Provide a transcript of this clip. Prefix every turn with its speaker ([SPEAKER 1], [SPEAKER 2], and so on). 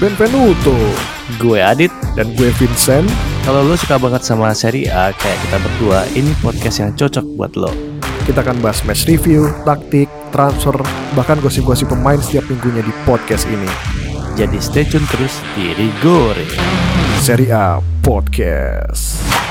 [SPEAKER 1] Benvenuto
[SPEAKER 2] Gue Adit,
[SPEAKER 1] dan gue Vincent.
[SPEAKER 2] kalau lo suka banget sama seri A kayak kita berdua, ini podcast yang cocok buat lo.
[SPEAKER 1] Kita akan bahas match review, taktik, transfer, bahkan gosip-gosip pemain setiap minggunya di podcast ini.
[SPEAKER 2] Jadi stay tune terus di Rigore.
[SPEAKER 1] Seri A Podcast.